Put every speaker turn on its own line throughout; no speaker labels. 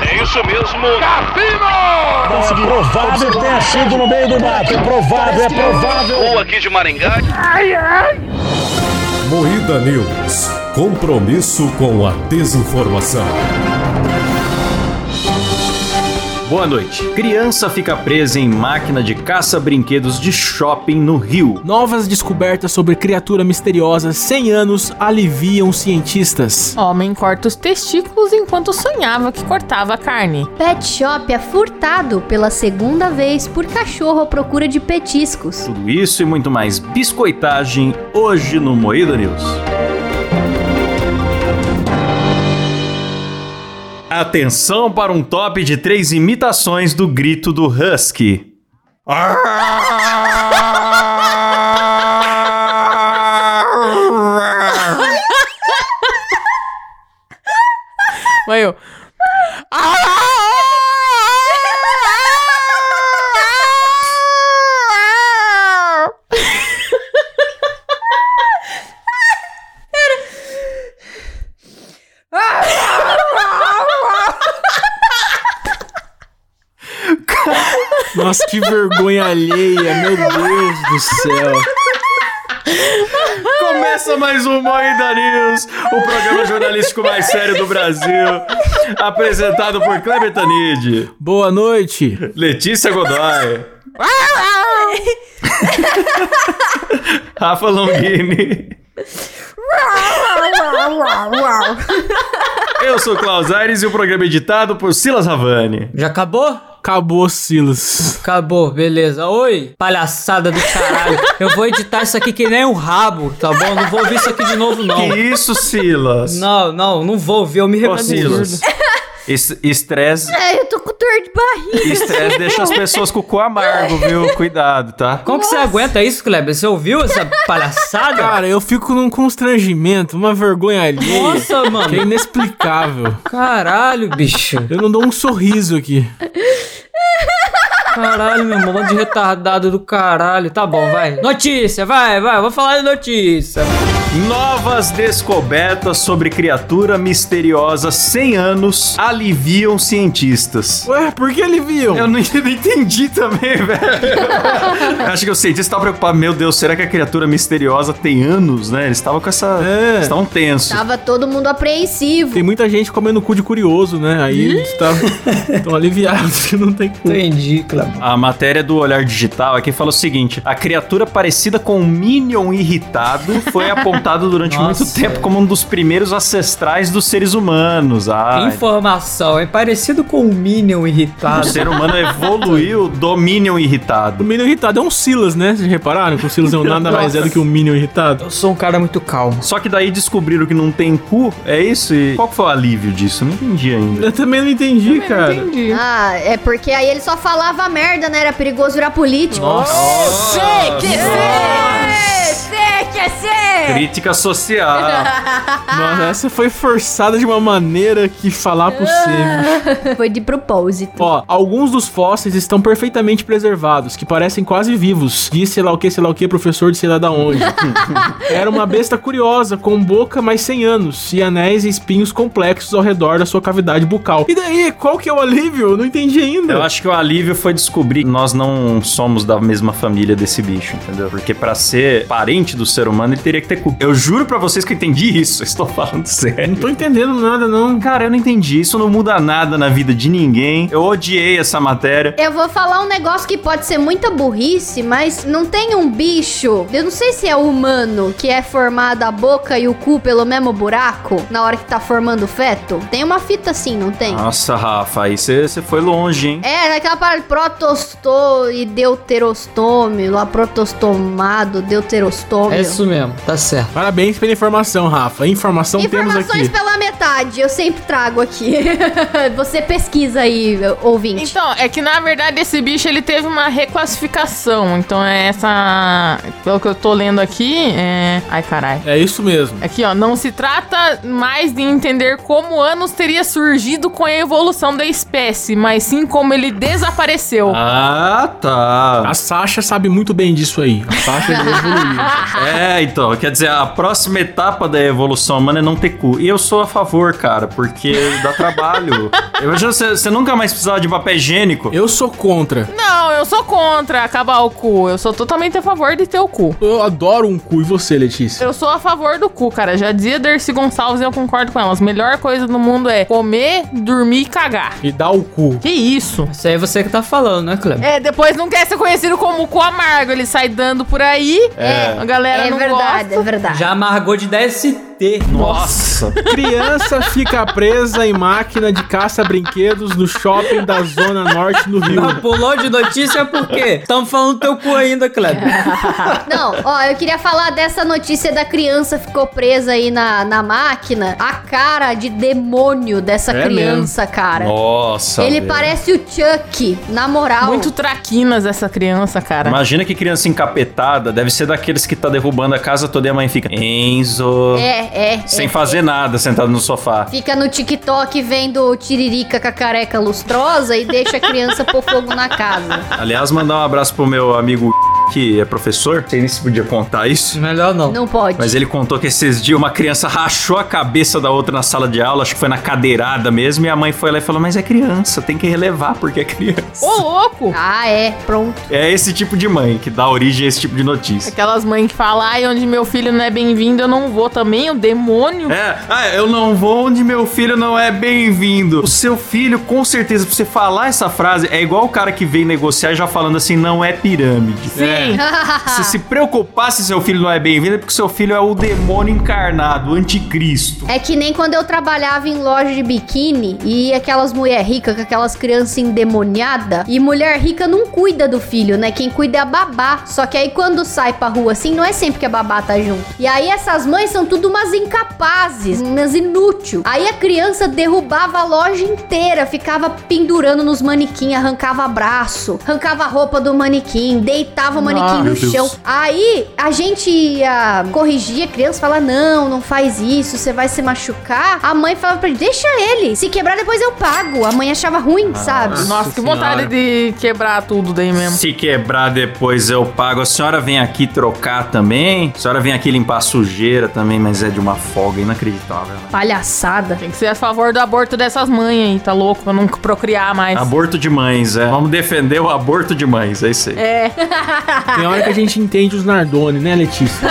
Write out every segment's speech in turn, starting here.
É isso mesmo. Cassino!
Conseguiu. Provável tenha sido no meio do mato. É provável, é provável.
Ou aqui de Maringá.
Moída News. Compromisso com a desinformação.
Boa noite. Criança fica presa em máquina de caça-brinquedos de shopping no Rio.
Novas descobertas sobre criatura misteriosa 100 anos aliviam cientistas.
Homem corta os testículos enquanto sonhava que cortava a carne.
Pet Shop é furtado pela segunda vez por cachorro à procura de petiscos.
Tudo isso e muito mais biscoitagem hoje no Moída News. Atenção para um top de três imitações do grito do Husky.
Vai eu.
Nossa, que vergonha alheia, meu Deus do céu.
Começa mais um Moída News, o programa jornalístico mais sério do Brasil. Apresentado por Kleber Tanid,
Boa noite.
Letícia Godoy. Rafa Longini. Eu sou Klaus Aires e o programa é editado por Silas Ravani.
Já acabou?
Acabou, Silas.
Acabou, beleza. Oi, palhaçada do caralho. Eu vou editar isso aqui que nem um rabo, tá bom? Não vou ouvir isso aqui de novo, não.
Que isso, Silas?
Não, não, não vou ouvir, eu me
Ô,
recuso.
Silas. es- Estresse,
É, eu tô com dor de barriga.
estresse deixa as pessoas com o cu amargo, viu? Cuidado, tá?
Como que você aguenta isso, Kleber? Você ouviu essa palhaçada?
Cara, eu fico num constrangimento, uma vergonha alheia.
Nossa,
Que é
mano.
inexplicável.
Caralho, bicho.
Eu não dou um sorriso aqui.
Caralho, meu irmão, bando de retardado do caralho. Tá bom, vai. Notícia, vai, vai. Vou falar de notícia.
Novas descobertas sobre criatura misteriosa 100 anos aliviam cientistas.
Ué, por que ele viu?
Eu não eu não entendi também, velho. Acho que o cientista estava preocupado. Meu Deus, será que a criatura misteriosa tem anos, né? Eles estavam com essa.
É.
Eles estavam tensos.
Tava todo mundo apreensivo.
Tem muita gente comendo cu de curioso, né? Aí eles tá, tão aliviados que não tem cu.
Entendi, Kleber.
A matéria do Olhar Digital aqui fala o seguinte: a criatura parecida com um Minion irritado foi apontada durante
Nossa.
muito tempo como um dos primeiros ancestrais dos seres humanos. Ah,
Informação. É parecido com o Minion
o
irritado.
ser humano evoluiu do Minion
O
irritado.
Minion irritado é um Silas, né? Vocês repararam que o Silas é um nada mais é do que um Minion irritado?
Eu sou um cara muito calmo.
Só que daí descobriram que não tem cu, é isso? E qual que foi o alívio disso? Não entendi ainda.
Eu também não entendi, cara.
Entendi.
Ah, é porque aí ele só falava merda, né? Era perigoso virar político.
Nossa!
sei, que sei.
Crítica social.
Nossa, essa foi forçada de uma maneira que falar possível.
Foi de propósito.
Ó, alguns dos fósseis estão perfeitamente preservados, que parecem quase vivos. Diz sei lá o que, sei lá o que, professor de sei lá da onde. Era uma besta curiosa, com boca mais 100 anos, e anéis e espinhos complexos ao redor da sua cavidade bucal. E daí, qual que é o alívio? Eu não entendi ainda.
Eu acho que o alívio foi descobrir que nós não somos da mesma família desse bicho, entendeu? Porque pra ser parente do ser humano, ele teria que ter cu. Eu juro pra vocês que eu entendi isso, eu estou falando sério.
Não tô entendendo nada, não.
Cara, eu não entendi. Isso não muda nada na vida de ninguém. Eu odiei essa matéria.
Eu vou falar um negócio que pode ser muita burrice, mas não tem um bicho, eu não sei se é humano, que é formado a boca e o cu pelo mesmo buraco na hora que tá formando o feto? Tem uma fita assim, não tem?
Nossa, Rafa, aí você você foi longe, hein?
É, naquela parada de protostô e deuterostome, lá protostomado, deuterostômio.
É isso mesmo, tá certo.
Parabéns pela informação, Rafa. Informação temos
Informações
aqui.
pela metade, eu sempre trago aqui. Você pesquisa aí, ouvinte.
Então, é que na verdade esse bicho ele teve uma reclassificação. Então é essa. Pelo que eu tô lendo aqui, é. Ai, caralho.
É isso mesmo.
Aqui, ó, não se trata mais de entender como Anos teria surgido com a evolução da espécie, mas sim como ele desapareceu.
Ah, tá.
A Sasha sabe muito bem disso aí. A Sasha é evoluiu.
É, então, quer dizer, a próxima etapa da evolução humana é não ter cu. E eu sou a favor, cara, porque dá trabalho. Imagina você, você nunca mais precisar de papel higiênico.
Eu sou contra.
Não, eu sou contra acabar o cu. Eu sou totalmente a favor de ter o cu.
Eu adoro um cu e você, Letícia.
Eu sou a favor do cu, cara. Já dizia Dercy Gonçalves e eu concordo com elas. Melhor coisa do mundo é comer, dormir e cagar.
E dá o cu.
Que isso?
Isso aí é você que tá falando, né, Cleber?
É, depois não quer ser conhecido como o cu amargo. Ele sai dando por aí.
É.
A galera
É
Então, não
verdade, é
gosta.
verdade.
Já amargou de DST.
Nossa!
Criança fica presa em máquina de caça-brinquedos no shopping da Zona Norte do Rio.
Não, pulou de notícia por quê? Estamos falando do teu cu ainda, Kleber.
Não, ó, eu queria falar dessa notícia da criança que ficou presa aí na, na máquina. A cara de demônio dessa
É
criança, cara.
Nossa!
Ele
velho.
parece o Chuck, na moral.
Muito traquinas essa criança, cara.
Imagina que criança encapetada deve ser daqueles que tá derrubando a casa toda e a mãe fica Enzo,
É, é.
sem
é.
fazer nada, sentado no sofá.
Fica no TikTok vendo o tiririca com a careca lustrosa e deixa a criança pôr fogo na casa.
Aliás, mandar um abraço pro meu amigo que é professor. Não sei nem se podia contar isso.
Melhor não.
Não pode.
Mas ele contou que esses dias uma criança rachou a cabeça da outra na sala de aula, acho que foi na cadeirada mesmo, e a mãe foi lá e falou: Mas é criança, tem que relevar porque é criança.
Ô, louco!
Ah, é. Pronto.
É esse tipo de mãe que dá origem a esse tipo de notícia.
Aquelas mães que falam, ai, onde meu filho não é bem-vindo, eu não vou também, o demônio.
É, ah, eu não vou onde meu filho não é bem-vindo. O seu filho, com certeza, pra você falar essa frase, é igual o cara que vem negociar já falando assim: não é pirâmide.
Sim.
Se se preocupar se seu filho não é bem-vindo, é porque seu filho é o demônio encarnado, o anticristo.
É que nem quando eu trabalhava em loja de biquíni e aquelas mulher rica com aquelas crianças endemoniadas. E mulher rica não cuida do filho, né? Quem cuida é a babá. Só que aí quando sai pra rua assim, não é sempre que a babá tá junto. E aí essas mães são tudo umas incapazes, umas inútil. Aí a criança derrubava a loja inteira, ficava pendurando nos manequim, arrancava braço, arrancava a roupa do manequim, deitava o manequim
Ah,
no
meu Deus.
chão. Aí a gente ia corrigir a criança, falar: não, não faz isso, você vai se machucar. A mãe falava pra ele: deixa ele, se quebrar depois eu pago. A mãe achava ruim,
Ah.
sabe?
Nossa, que
Senhora.
vontade de quebrar tudo daí mesmo.
Se quebrar depois eu pago. A senhora vem aqui trocar também. A senhora vem aqui limpar a sujeira também, mas é de uma folga inacreditável. né?
Palhaçada.
Tem que ser a favor do aborto dessas mães aí, tá louco? Pra não procriar mais.
Aborto de mães, é. Vamos defender o aborto de mães, é isso aí.
É.
Tem hora que a gente entende os Nardone, né, Letícia?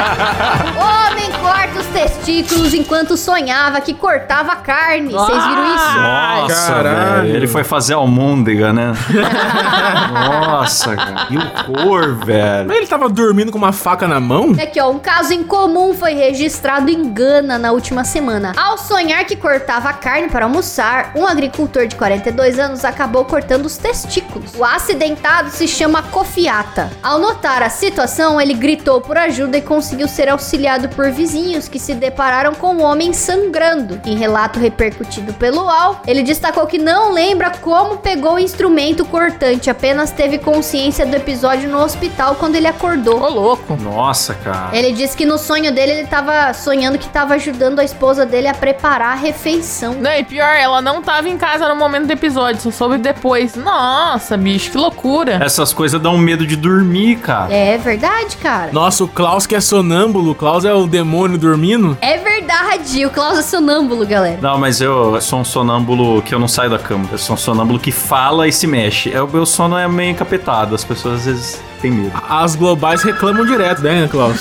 Homem corta os testículos enquanto sonhava que cortava a carne. Vocês viram isso?
Nossa,
caralho.
velho. Ele foi fazer almôndega, né? Nossa, cara. Que horror, velho.
Mas ele tava dormindo com uma faca na mão?
Aqui, ó, um caso incomum foi registrado em Gana na última semana. Ao sonhar que cortava carne para almoçar, um agricultor de 42 anos acabou cortando os testículos. O acidentado se chama Kofiata. Ao notar a situação, ele gritou por ajuda e conseguiu ser auxiliado por vizinhos que se depararam com o homem sangrando. Em relato repercutido pelo UOL, ele destacou que não lembra como pegou o instrumento cortante, apenas teve consciência do episódio no hospital quando ele acordou.
Ô, louco.
Nossa, cara.
Ele disse que no sonho dele ele tava sonhando que tava ajudando a esposa dele a preparar a refeição.
Não, e pior, ela não tava em casa no momento do episódio, só soube depois. Nossa, bicho, que loucura.
Essas coisas dão medo de dormir, cara.
É verdade, cara.
Nossa, o Klaus que é sonâmbulo, o Klaus é o demônio dormindo?
É verdade, o Klaus é sonâmbulo, galera.
Não, mas eu sou um sonâmbulo que eu não saio da cama. Eu sou um sonâmbulo que fala e se mexe. É, o meu sono é meio encapetado. As pessoas às vezes têm medo.
As globais reclamam direto, né, Klaus?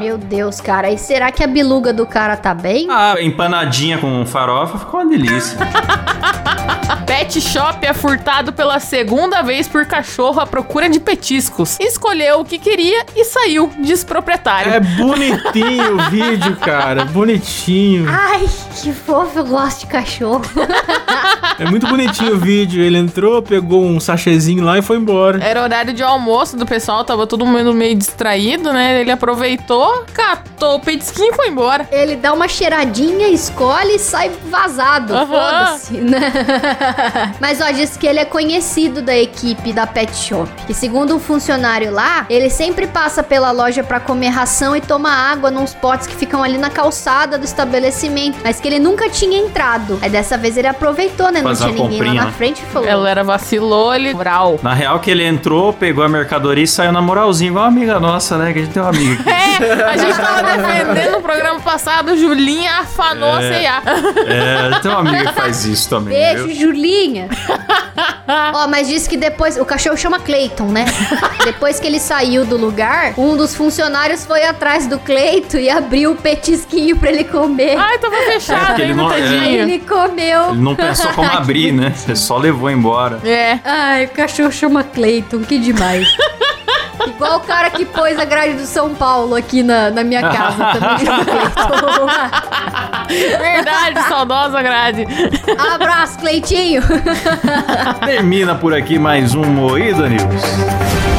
Meu Deus, cara. E será que a biluga do cara tá bem?
Ah, empanadinha com farofa ficou uma delícia.
Pet Shop é furtado pela segunda vez por cachorro à procura de petiscos. Escolheu o que queria e saiu, diz proprietário.
É bonitinho o vídeo, cara. Bonitinho.
Ai, que fofo, eu gosto de cachorro.
É muito bonitinho o vídeo. Ele entrou, pegou um sachêzinho lá e foi embora.
Era horário de almoço do pessoal, tava todo mundo meio distraído, né? Ele aproveitou, catou o petisquinho e foi embora.
Ele dá uma cheiradinha, escolhe e sai vazado.
Aham.
Foda-se, né? Mas ó, diz que ele é conhecido da equipe da Pet Shop. E segundo um funcionário lá, ele sempre passa pela loja pra comer ração e toma água nos potes que ficam ali na calçada do estabelecimento. Mas que ele nunca tinha entrado. Aí dessa vez ele aproveitou, né? Não
Fazer
tinha
uma
ninguém lá
comprinha,
na
né?
frente e falou.
Ela era vacilou, ele. Moral.
Na real, que ele entrou, pegou a mercadoria e saiu na moralzinha, igual uma amiga nossa, né? Que a gente tem uma amiga aqui.
É, a gente tava defendendo no programa passado, Julinha afanou a C&A.
É, a gente tem uma amiga que faz isso também.
Beijo,
viu?
Julinha. Ó, mas diz que depois. O cachorro chama Cleiton, né? depois que ele saiu do lugar, um dos funcionários foi atrás do Cleiton e abriu o petisquinho pra ele comer.
Ai, tava
É,
fechado
porque ele
ainda,
não- é.
Aí
tadinho.
ele comeu.
Ele não pensou como abrir, né? Ele só levou embora.
É.
Ai, o cachorro chama Cleiton, que demais. Igual o cara que pôs a grade do São Paulo aqui na, na minha casa também. chama Cleiton.
É, Verdade, saudosa grade.
Abraço, Cleitinho.
Termina por aqui mais um Moída News.